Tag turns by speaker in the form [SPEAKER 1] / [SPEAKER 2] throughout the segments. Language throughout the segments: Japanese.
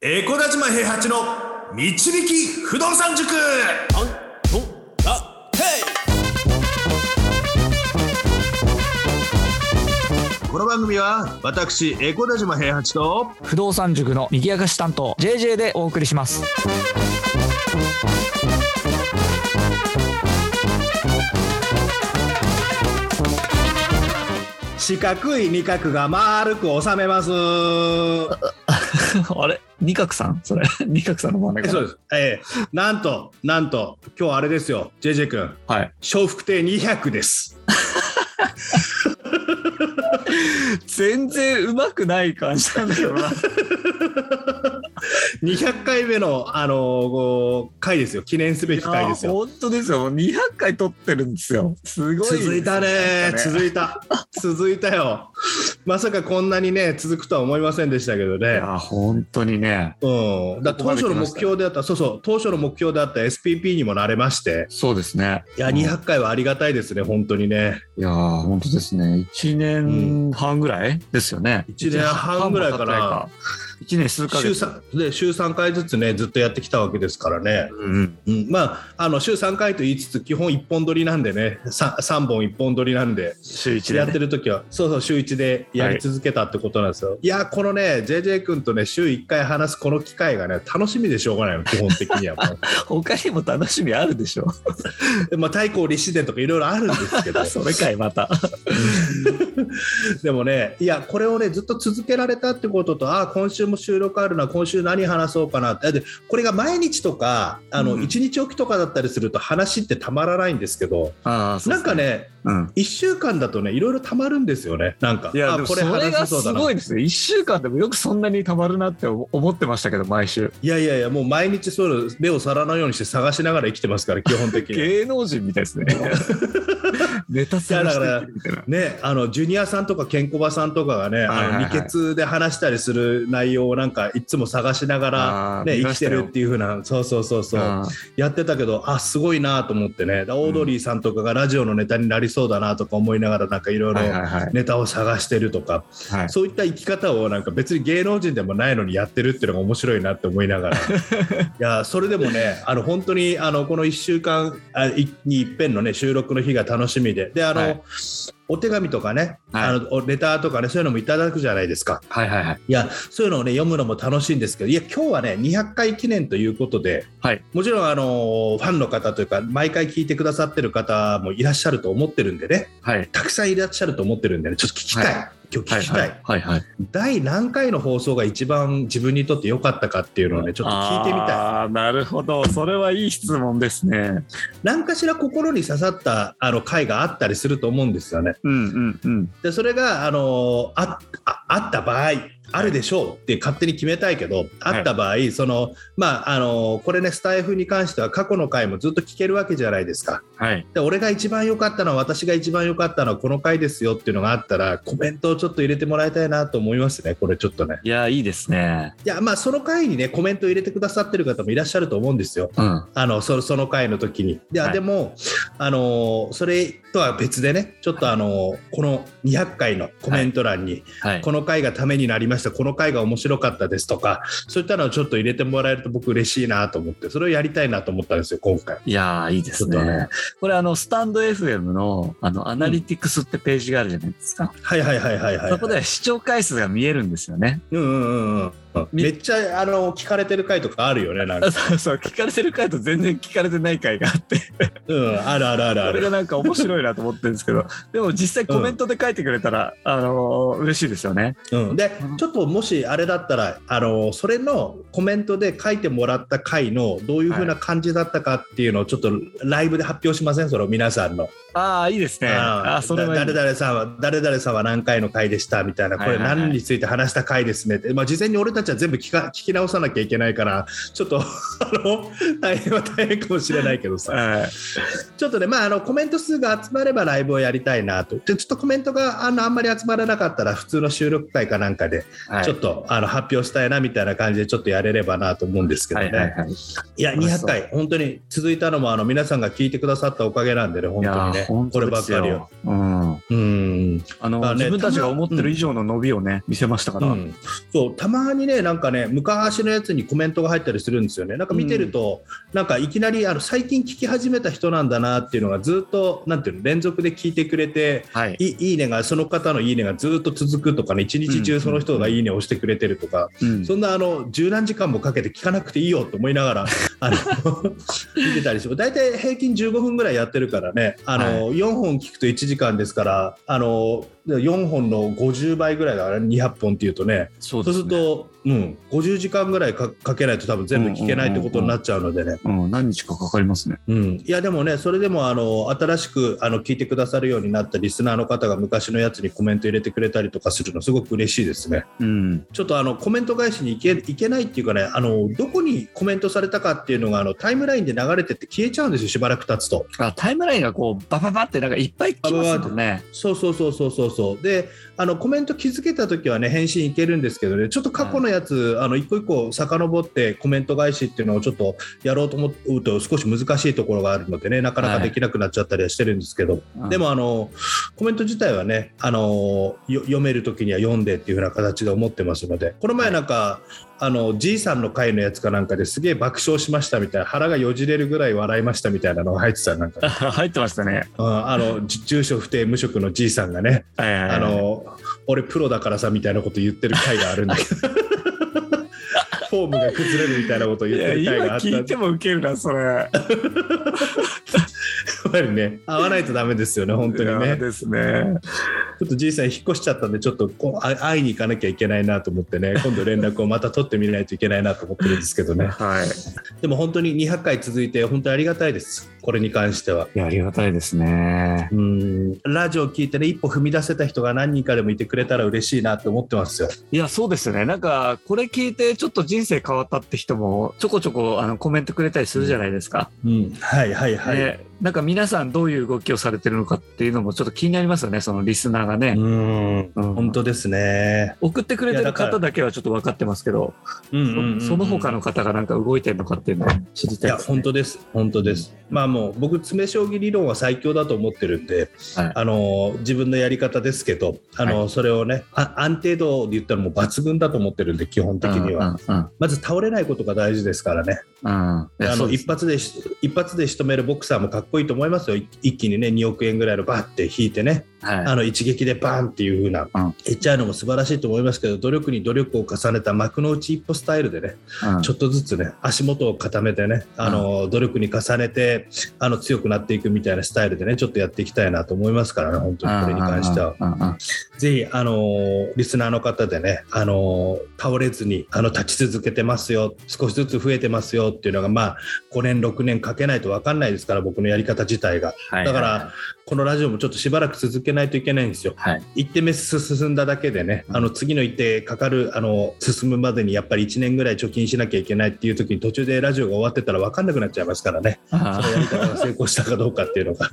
[SPEAKER 1] エコダ島平八の導き不動産塾
[SPEAKER 2] アントンラヘ
[SPEAKER 1] この番組は私エコダ島平八と
[SPEAKER 3] 不動産塾の右明かし担当 JJ でお送りします
[SPEAKER 1] 四角い二角が丸く収めます。
[SPEAKER 3] あれ二角さんそれ 二角さんの真ん
[SPEAKER 1] そうです。ええなんとなんと今日あれですよ JJ 君
[SPEAKER 3] はい
[SPEAKER 1] 笑福亭200です。
[SPEAKER 3] 全然うまくない感じなんだけどな
[SPEAKER 1] 200回目のあのこう回ですよ記念すべき回ですよ。
[SPEAKER 3] 本当ですよもう200回撮ってるんですよすごい
[SPEAKER 1] 続いたね
[SPEAKER 3] です
[SPEAKER 1] 続い た続いたよまさかこんなにね続くとは思いませんでしたけど
[SPEAKER 3] い
[SPEAKER 1] ね
[SPEAKER 3] や本当にね
[SPEAKER 1] うん、だから当初の目標であった、そうそう、当初の目標であった SPP にもなれまして、
[SPEAKER 3] そうですね
[SPEAKER 1] いや、200回はありがたいですね、本当にね。
[SPEAKER 3] いやー本当ですね1年半ぐらいですよね、
[SPEAKER 1] 一年半ぐらいかな
[SPEAKER 3] 1年数ヶ
[SPEAKER 1] 週
[SPEAKER 3] 月
[SPEAKER 1] 3で週3回ずつね、ずっとやってきたわけですからね、
[SPEAKER 3] うん
[SPEAKER 1] うん、まあ、あの週3回と言いつつ、基本1本撮りなんでね、さ3本1本撮りなんで、
[SPEAKER 3] 週1
[SPEAKER 1] や
[SPEAKER 3] で、
[SPEAKER 1] って、
[SPEAKER 3] ね
[SPEAKER 1] る時は、そうそう、週1でやり続けたってことなんですよ。い、や、このね、JJ 君とね、週1回話すこの機会がね、楽しみでしょうがないの、基本的 にはもう。
[SPEAKER 3] 他にも楽しみあるでしょ
[SPEAKER 1] でまあ、太閤立志伝とかいろいろあるんですけど。
[SPEAKER 3] それかいまた
[SPEAKER 1] でもね、いや、これをね、ずっと続けられたってことと、ああ、今週も収録あるな、今週何話そうかなって、でこれが毎日とか、あの
[SPEAKER 3] うん
[SPEAKER 1] 1日おきとかだったりすると、話ってたまらないんですけど、
[SPEAKER 3] あーそう
[SPEAKER 1] な
[SPEAKER 3] で
[SPEAKER 1] ん
[SPEAKER 3] すね
[SPEAKER 1] かね、
[SPEAKER 3] うん
[SPEAKER 1] 1週間だとね、いろいろたまるんですよね、なんか、
[SPEAKER 3] いや、
[SPEAKER 1] あ
[SPEAKER 3] でも
[SPEAKER 1] こ
[SPEAKER 3] そ
[SPEAKER 1] れ
[SPEAKER 3] れが
[SPEAKER 1] 話せそう
[SPEAKER 3] す
[SPEAKER 1] だな。
[SPEAKER 3] ごいですね。1週間でもよくそんなにたまるなって思思ってましたけど、毎週。
[SPEAKER 1] いやいやいや、もう毎日そういうの目を皿のようにして探しながら生きてますから、基本的 に。
[SPEAKER 3] 芸能人みたいですね。 ネタ探してるみたいな。
[SPEAKER 1] ね、あのジュニアさんとかケンコバさんとかがね、
[SPEAKER 3] はいはいはい
[SPEAKER 1] あの未決で話したりする内容をなんかいつも探しながら
[SPEAKER 3] あ、ー
[SPEAKER 1] ね、
[SPEAKER 3] 見
[SPEAKER 1] 生
[SPEAKER 3] ま
[SPEAKER 1] き
[SPEAKER 3] した
[SPEAKER 1] て
[SPEAKER 3] よ
[SPEAKER 1] るっていう風なそうそうそうそう
[SPEAKER 3] あー
[SPEAKER 1] やってたけどあすごいなと思ってねだオードリーさんとかがラジオのネタになりそうだなとか思いながらなんかいろいろ
[SPEAKER 3] はいはいはい。
[SPEAKER 1] ネタを探してるとか、
[SPEAKER 3] はい
[SPEAKER 1] そういった生き方をなんか別に芸能人でもないのにやってるっていうのが面白いなって思い ながらいやそれでもねあの本当にあのこの1週間あいに一遍のね収録の日が楽しみでであの、
[SPEAKER 3] はい
[SPEAKER 1] お手紙とかね、
[SPEAKER 3] はい
[SPEAKER 1] あのおレターとかねそういうのもいただくじゃないですか
[SPEAKER 3] はいはいはい。
[SPEAKER 1] いやそういうのをね読むのも楽しいんですけどいや今日はね200回記念ということで
[SPEAKER 3] はい。
[SPEAKER 1] もちろんあのファンの方というか毎回聞いてくださってる方もいらっしゃると思ってるんでね
[SPEAKER 3] はい。
[SPEAKER 1] たくさんいらっしゃると思ってるんでねちょっと聞きたい、
[SPEAKER 3] はい
[SPEAKER 1] 今日
[SPEAKER 3] は
[SPEAKER 1] 聞
[SPEAKER 3] い
[SPEAKER 1] きたい、
[SPEAKER 3] はい。はいはい。
[SPEAKER 1] 第何回の放送が一番自分にとって良かったかっていうのをねちょっと聞いてみたい
[SPEAKER 3] ああ、なるほど。それはいい質問ですね。
[SPEAKER 1] 何かしら心に刺さったあの回があったりすると思うんですよね
[SPEAKER 3] うんうんうん。
[SPEAKER 1] でそれがあのあああった場合あるでしょうって勝手に決めたいけど、あった場合そのまああのこれねスタイフに関しては過去の回もずっと聞けるわけじゃないですか
[SPEAKER 3] はい。
[SPEAKER 1] で俺が一番良かったのは私が一番良かったのはこの回ですよっていうのがあったらコメントをちょっと入れてもらいたいなと思いますねこれちょっとね
[SPEAKER 3] いや、いいですね。
[SPEAKER 1] いやまあその回にねコメントを入れてくださってる方もいらっしゃると思うんですよ
[SPEAKER 3] うん。
[SPEAKER 1] あのそその回の時にで,あ、
[SPEAKER 3] はい
[SPEAKER 1] でもあのーそれとは別でねちょっとあのーこの200回のコメント欄に、
[SPEAKER 3] はい。
[SPEAKER 1] この回がためになりましたこの回が面白かったですとかそういったのをちょっと入れてもらえると僕嬉しいなと思ってそれをやりたいなと思ったんですよ今回
[SPEAKER 3] いやー、いいです
[SPEAKER 1] ちょっと
[SPEAKER 3] ね
[SPEAKER 1] ね。
[SPEAKER 3] これ、あの、スタンド FM の、あの、アナリティクスってページがあるじゃないですか。
[SPEAKER 1] はいはいはいはいはい
[SPEAKER 3] そこで視聴回数が見えるんですよね。
[SPEAKER 1] うんうんうんうん
[SPEAKER 3] み
[SPEAKER 1] めっちゃあの聞かれてる回とかあるよねなんか
[SPEAKER 3] そうそう聞かれてる回と全然聞かれてない回があって
[SPEAKER 1] うんあるあるあるあ
[SPEAKER 3] これが
[SPEAKER 1] る
[SPEAKER 3] なんか面白いなと思ってるんですけど でも実際コメントで書いてくれたら、あのー嬉しいですよね
[SPEAKER 1] うん、でちょっともしあれだったらあのそれのコメントで書いてもらった回のどういう風な感じだったかっていうのをちょっとライブで発表しませんそれを皆さんの、
[SPEAKER 3] ああいいですねああ
[SPEAKER 1] あ
[SPEAKER 3] それはいい
[SPEAKER 1] 誰々さんは誰々さんは何回の回でしたみたいなこれ
[SPEAKER 3] はいはいはい
[SPEAKER 1] 何について話した回ですねって、まあ、事前に俺たちは全部聞か聞き直さなきゃいけないからちょっとあの大変は大変かもしれないけどさ
[SPEAKER 3] はい
[SPEAKER 1] ちょっとね、まあ、あのコメント数が集まればライブをやりたいなと、でちょっとコメントがあのあんまり集まらなかったら、普通の収録会かなんかで、
[SPEAKER 3] はい
[SPEAKER 1] ちょっと、あの発表したいなみたいな感じで、ちょっとやれればなと思うんですけど
[SPEAKER 3] は
[SPEAKER 1] ね、い
[SPEAKER 3] いはいはい
[SPEAKER 1] や、200回、本当に続いたのもあの皆さんが聞いてくださったおかげなんでね、本
[SPEAKER 3] い
[SPEAKER 1] 当
[SPEAKER 3] や
[SPEAKER 1] にね、
[SPEAKER 3] ー本
[SPEAKER 1] こ
[SPEAKER 3] 当
[SPEAKER 1] れ
[SPEAKER 3] で
[SPEAKER 1] ばっ
[SPEAKER 3] す
[SPEAKER 1] かりは。
[SPEAKER 3] よ、うん、
[SPEAKER 1] うん
[SPEAKER 3] あの、
[SPEAKER 1] まあね
[SPEAKER 3] 自分たちが思ってる以上の伸びをね見せましたか
[SPEAKER 1] う
[SPEAKER 3] ら、
[SPEAKER 1] ん、そうたまにね、なんかね、昔のやつにコメントが入ったりするんですよね。なんか見てると、なんかいきなりあの最近聞き始めた人なんだなっていうのがずっと、なんていうの、連続で聞いてくれて、
[SPEAKER 3] はい。
[SPEAKER 1] いいいねが、その方のいいねがずっと続くとかね、一日中その人がいいねを押してくれてるとか、
[SPEAKER 3] うん
[SPEAKER 1] そんなあの十何時間もかけて聞かなくていいよと思いなが らあの見てたりして大体平均15分ぐらいやってるからねあの、4本聞くと1時間ですからあの4本の50倍ぐらいだから200本っていうとね
[SPEAKER 3] そ
[SPEAKER 1] そうすると、うん、50時間ぐらいかかけないと多分全部聞けないってことになっちゃうのでね、
[SPEAKER 3] うん、何日かかかりますね。
[SPEAKER 1] うん、いやでもねそれでもあの新しくあの聞いてくださるようになったリスナーの方が昔のやつにコメント入れてくれたりとかするのすごく嬉しいですね。
[SPEAKER 3] うん。
[SPEAKER 1] ちょっとあのコメント返しに行け行けないっていうかねあのどこにコメントされたかっていうのがあのタイムラインで流れてって消えちゃうんですよしばらく経つと
[SPEAKER 3] あタイムラインがこう、バババってなんかいっぱい来ますもんね。
[SPEAKER 1] そうそうそうそうそうそうであのコメント気づけた時はね返信いけるんですけどねちょっと過去のやつ、あの一個一個遡ってコメント返しっていうのをちょっとやろうと思うと少し難しいところがあるのでねなかなかできなくなっちゃったりはしてるんですけど、
[SPEAKER 3] うん
[SPEAKER 1] で、もあのコメント自体はねあのよ読める時には読んでっていうふうな形で思ってますのでこの前なんかあのじいさんの回のやつかなんかですげえ爆笑しましたみたいな腹がよじれるぐらい笑いましたみたいなのが入ってたなん か、
[SPEAKER 3] 入ってましたね。
[SPEAKER 1] うんあのじ住所不定無職のじいさんがね
[SPEAKER 3] はいはいはい
[SPEAKER 1] あ、の俺プロだからさみたいなこと言ってる回があるんだけど フォームが崩れるみたいなこと
[SPEAKER 3] い
[SPEAKER 1] 言っ
[SPEAKER 3] や
[SPEAKER 1] てる回が
[SPEAKER 3] 今
[SPEAKER 1] あった
[SPEAKER 3] 聞いてもウケるな、それ。
[SPEAKER 1] やっぱりね合わないとダメですよね本当に
[SPEAKER 3] いや
[SPEAKER 1] ね。
[SPEAKER 3] ですね。
[SPEAKER 1] ちょっとじいさん引っ越しちゃったんでちょっとこうあ会いに行かなきゃいけないなと思って ね今度連絡をまた取ってみないといけないなと思ってるんですけどね
[SPEAKER 3] はい。
[SPEAKER 1] でも本当に200回続いて本当にありがたいですこれに関してはい
[SPEAKER 3] や、ありがたいですね。
[SPEAKER 1] うんラジオ聞いてね一歩踏み出せた人が何人かでもいてくれたら嬉しいなと思ってますよ
[SPEAKER 3] いや、そうですよね。なんか、これ聞いて、ちょっと人生変わったって人も、ちょこちょこ、あの、コメントくれたりするじゃないですか。
[SPEAKER 1] うんはいはいはい、
[SPEAKER 3] ねなんか、皆さん、どういう動きをされてるのかっていうのも、ちょっと気になりますよね、そのリスナーがね。
[SPEAKER 1] うん
[SPEAKER 3] うん
[SPEAKER 1] 本当ですね
[SPEAKER 3] 送ってくれてる方だけはちょっと分かってますけど、
[SPEAKER 1] うん
[SPEAKER 3] そその他の方がなんか動いてるのかっていうのを知り
[SPEAKER 1] い
[SPEAKER 3] たい
[SPEAKER 1] や
[SPEAKER 3] ですね、
[SPEAKER 1] 本当です本当です、まあもう僕詰将棋理論は最強だと思ってるんで、
[SPEAKER 3] はい
[SPEAKER 1] あの自分のやり方ですけどあの、それをねあ安定度で言ったらもう抜群だと思ってるんで基本的には、
[SPEAKER 3] うん
[SPEAKER 1] まず倒れないことが大事ですからね
[SPEAKER 3] うんうんいや
[SPEAKER 1] あ
[SPEAKER 3] そ
[SPEAKER 1] の
[SPEAKER 3] うです
[SPEAKER 1] 一発でし一発で仕留めるボクサーもかっこいいと思いますよい一気にね2億円ぐらいのバッて引いてね
[SPEAKER 3] はい
[SPEAKER 1] あの一撃でバーンっていう風な、
[SPEAKER 3] うん
[SPEAKER 1] いっちゃうのも素晴らしいと思いますけど努力に努力を重ねた幕の内一歩スタイルでね
[SPEAKER 3] うん
[SPEAKER 1] ちょっとずつね足元を固めてねあの、努力に重ねてあの強くなっていくみたいなスタイルでねちょっとやっていきたいなと思いますからね本当にこれに関しては
[SPEAKER 3] うんうんうん
[SPEAKER 1] ぜひあのリスナーの方でねあの倒れずにあの立ち続けてますよ少しずつ増えてますよっていうのがまあ5年6年かけないと分かんないですから僕のやり方自体が
[SPEAKER 3] はい
[SPEAKER 1] だからこのラジオもちょっとしばらく続けないといけないんですよ
[SPEAKER 3] はい
[SPEAKER 1] 一手目進んだだけでね、あの次の一手かかるあの進むまでにやっぱり1年ぐらい貯金しなきゃいけないっていう時に途中でラジオが終わってたら分かんなくなっちゃいますからね、
[SPEAKER 3] あ
[SPEAKER 1] そのや
[SPEAKER 3] ー
[SPEAKER 1] り方が成功したかどうかっていうのが、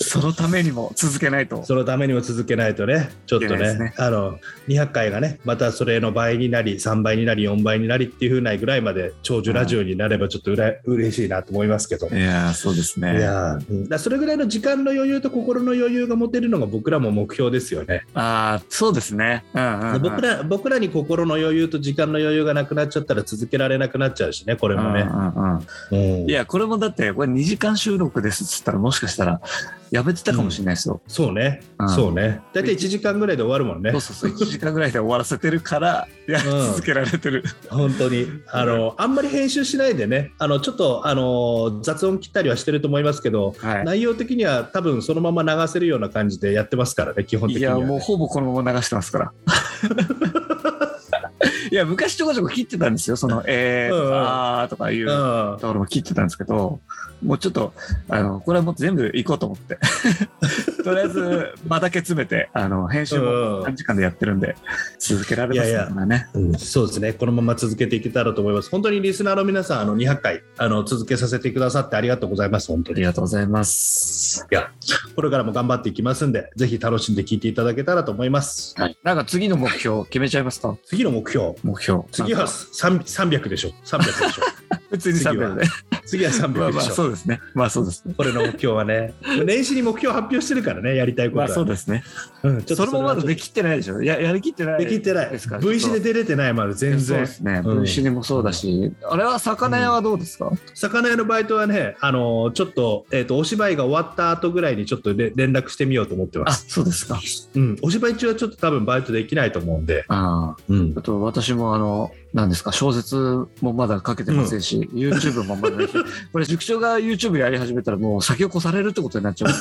[SPEAKER 3] そのためにも続けないと
[SPEAKER 1] そのためにも続けないとね、ちょっと
[SPEAKER 3] いけないで
[SPEAKER 1] ね、
[SPEAKER 3] すね
[SPEAKER 1] あの200回がね、またそれの倍になり、3倍になり、4倍になりっていうふうなぐらいまで長寿ラジオになればちょっとうら嬉しいなと思いますけど。
[SPEAKER 3] いやーそうです
[SPEAKER 1] い
[SPEAKER 3] ね
[SPEAKER 1] やーうんだからそれぐらいの時間の余裕と心の余裕が持てるのが僕らも目標ですよね。
[SPEAKER 3] ああそうですねうんうん、うん、
[SPEAKER 1] 僕ら僕らに心の余裕と時間の余裕がなくなっちゃったら続けられなくなっちゃうしね、これ
[SPEAKER 3] うん
[SPEAKER 1] もね。
[SPEAKER 3] うんうん
[SPEAKER 1] うん
[SPEAKER 3] いやこれもだってこれ2時間収録ですっつったらもしかしたらやめてたかもしれないですよ、
[SPEAKER 1] そうね、
[SPEAKER 3] うん
[SPEAKER 1] そうね。大体1時間ぐらいで終わるもんね
[SPEAKER 3] そう。そうそう1時間ぐらいで終わらせてるからいや、
[SPEAKER 1] うん
[SPEAKER 3] 続けられてる
[SPEAKER 1] 本当にあの。あんまり編集しないでね、あのちょっとあの雑音切ったりはしてると思いますけど、
[SPEAKER 3] はい
[SPEAKER 1] 内容的には多分そのまま流せるような感じでやってますからね、基本的
[SPEAKER 3] い
[SPEAKER 1] には
[SPEAKER 3] や
[SPEAKER 1] ね、
[SPEAKER 3] もうほぼこのまま流してますから いや昔ちょこちょこ切ってたんですよその「えー」
[SPEAKER 1] う
[SPEAKER 3] と
[SPEAKER 1] んうん
[SPEAKER 3] か「あー」とかいうと
[SPEAKER 1] うん
[SPEAKER 3] ころも切ってたんですけどもうちょっとあのこれはもう全部行こうと思って とりあえず間だけ詰めてあの編集
[SPEAKER 1] うんう
[SPEAKER 3] も
[SPEAKER 1] ん
[SPEAKER 3] 短時間でやってるんで続けられますからね
[SPEAKER 1] うんそうですね、このまま続けていけたらと思います。本当にリスナーの皆さん、あの200回あの続けさせてくださってありがとうございます、本当
[SPEAKER 3] あ
[SPEAKER 1] に
[SPEAKER 3] り。がとうございます
[SPEAKER 1] いや、これからも頑張っていきますんで、ぜひ楽しんで聞いていただけたらと思います。
[SPEAKER 3] はい、なんか次の目標決めちゃいますか
[SPEAKER 1] 次の目標。
[SPEAKER 3] 目標
[SPEAKER 1] 次は
[SPEAKER 3] なんか
[SPEAKER 1] 300でしょ。300でしょ。
[SPEAKER 3] 普通に300で
[SPEAKER 1] 次は
[SPEAKER 3] まあ
[SPEAKER 1] 300
[SPEAKER 3] ま
[SPEAKER 1] で
[SPEAKER 3] あ、
[SPEAKER 1] しょ。
[SPEAKER 3] そうですね。まあそうですね。
[SPEAKER 1] これの目標はね。年始に目標発表してるからね、やりたいこと
[SPEAKER 3] ま
[SPEAKER 1] は。
[SPEAKER 3] あそうですね。
[SPEAKER 1] うんちょっ
[SPEAKER 3] そ
[SPEAKER 1] と
[SPEAKER 3] れもまだで
[SPEAKER 1] き
[SPEAKER 3] きってないでしょ。ややりきってない。
[SPEAKER 1] できてない。
[SPEAKER 3] ですか
[SPEAKER 1] V シネ出れてない、まだ全
[SPEAKER 3] そうで
[SPEAKER 1] 然。
[SPEAKER 3] すね。
[SPEAKER 1] うん
[SPEAKER 3] 分子にもそうだし、あれは魚屋はどうですか、
[SPEAKER 1] 魚屋のバイトはね、あのーちょっと、えっ、と、お芝居が終わった後ぐらいにちょっとれ連絡してみようと思ってま
[SPEAKER 3] あ、
[SPEAKER 1] す。
[SPEAKER 3] そうですか。
[SPEAKER 1] うん。お芝居中はちょっと多分バイトできないと思うんで。
[SPEAKER 3] ああ。
[SPEAKER 1] うん
[SPEAKER 3] あ。と私もあの、何ですか、小説もまだ書けてませんし、YouTube もまだない し、これ塾長が YouTube やり始めたらもう先を越されるってことにな っちゃう。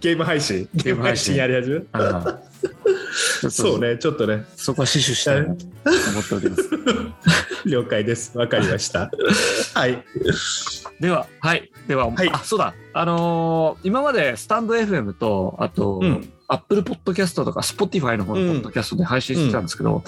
[SPEAKER 1] ゲーム配信
[SPEAKER 3] ゲーム配信
[SPEAKER 1] やり始める
[SPEAKER 3] ああちょっと
[SPEAKER 1] そう。ね、ちょっとね、
[SPEAKER 3] そこは死守したいなと思っております。
[SPEAKER 1] 了解です。わかりま した。はい。
[SPEAKER 3] では、はい。では、
[SPEAKER 1] はい
[SPEAKER 3] あ、そうだ。あのー今までスタンド FM と、あと、
[SPEAKER 1] うん。
[SPEAKER 3] Apple Podcast とか Spotify の方のポッドキャストで配信してたんですけど、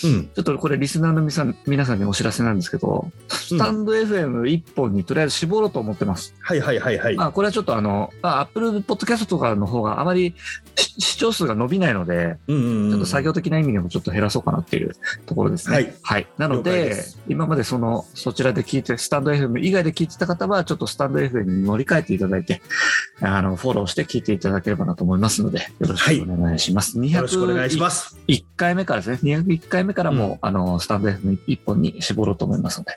[SPEAKER 3] ち
[SPEAKER 1] うん。
[SPEAKER 3] ょっとこれリスナーの皆さん皆さんにお知らせなんですけど、スタンド FM 一本にとりあえず絞ろうと思ってます。
[SPEAKER 1] はいはいはいはい。
[SPEAKER 3] まあ、これはちょっとあの、まあ、Apple Podcast とかの方があまりし視聴数が伸びないので、
[SPEAKER 1] うんうんうん
[SPEAKER 3] ちょっと作業的な意味でもちょっと減らそうかなっていうところですね。
[SPEAKER 1] はい。
[SPEAKER 3] なの
[SPEAKER 1] 了解
[SPEAKER 3] で、
[SPEAKER 1] です
[SPEAKER 3] 今までその、そちらで聞いて、スタンド FM 以外で聞いてた方は、ちょっとスタンド FM に乗り換えていただいて、あの、フォローして聞いていただければなと思いますので、よろしくお願いします。
[SPEAKER 1] よろしくお願いし
[SPEAKER 3] 201
[SPEAKER 1] ます。
[SPEAKER 3] 回目からですね、201回目からも、あの、スタンド FM 一本に絞ろうと思いますので、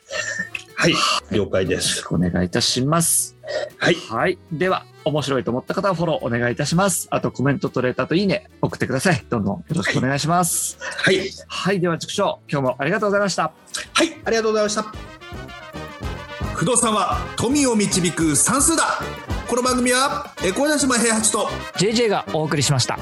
[SPEAKER 1] はい。了解
[SPEAKER 3] よ
[SPEAKER 1] で
[SPEAKER 3] ろし
[SPEAKER 1] す。
[SPEAKER 3] くお願いいたします。
[SPEAKER 1] はい。
[SPEAKER 3] はい。では、面白いと思った方はフォローお願いいたします。あと、コメントとレターといいね、送ってください。どんどんよろしくお願いします。はい。
[SPEAKER 1] はい。
[SPEAKER 3] では、畜生、今日もありがとうございました。
[SPEAKER 1] はい。ありがとうございました。
[SPEAKER 2] 不動産は富を導く算数だこの番組はえー小林島平八と
[SPEAKER 3] JJ がお送りしました。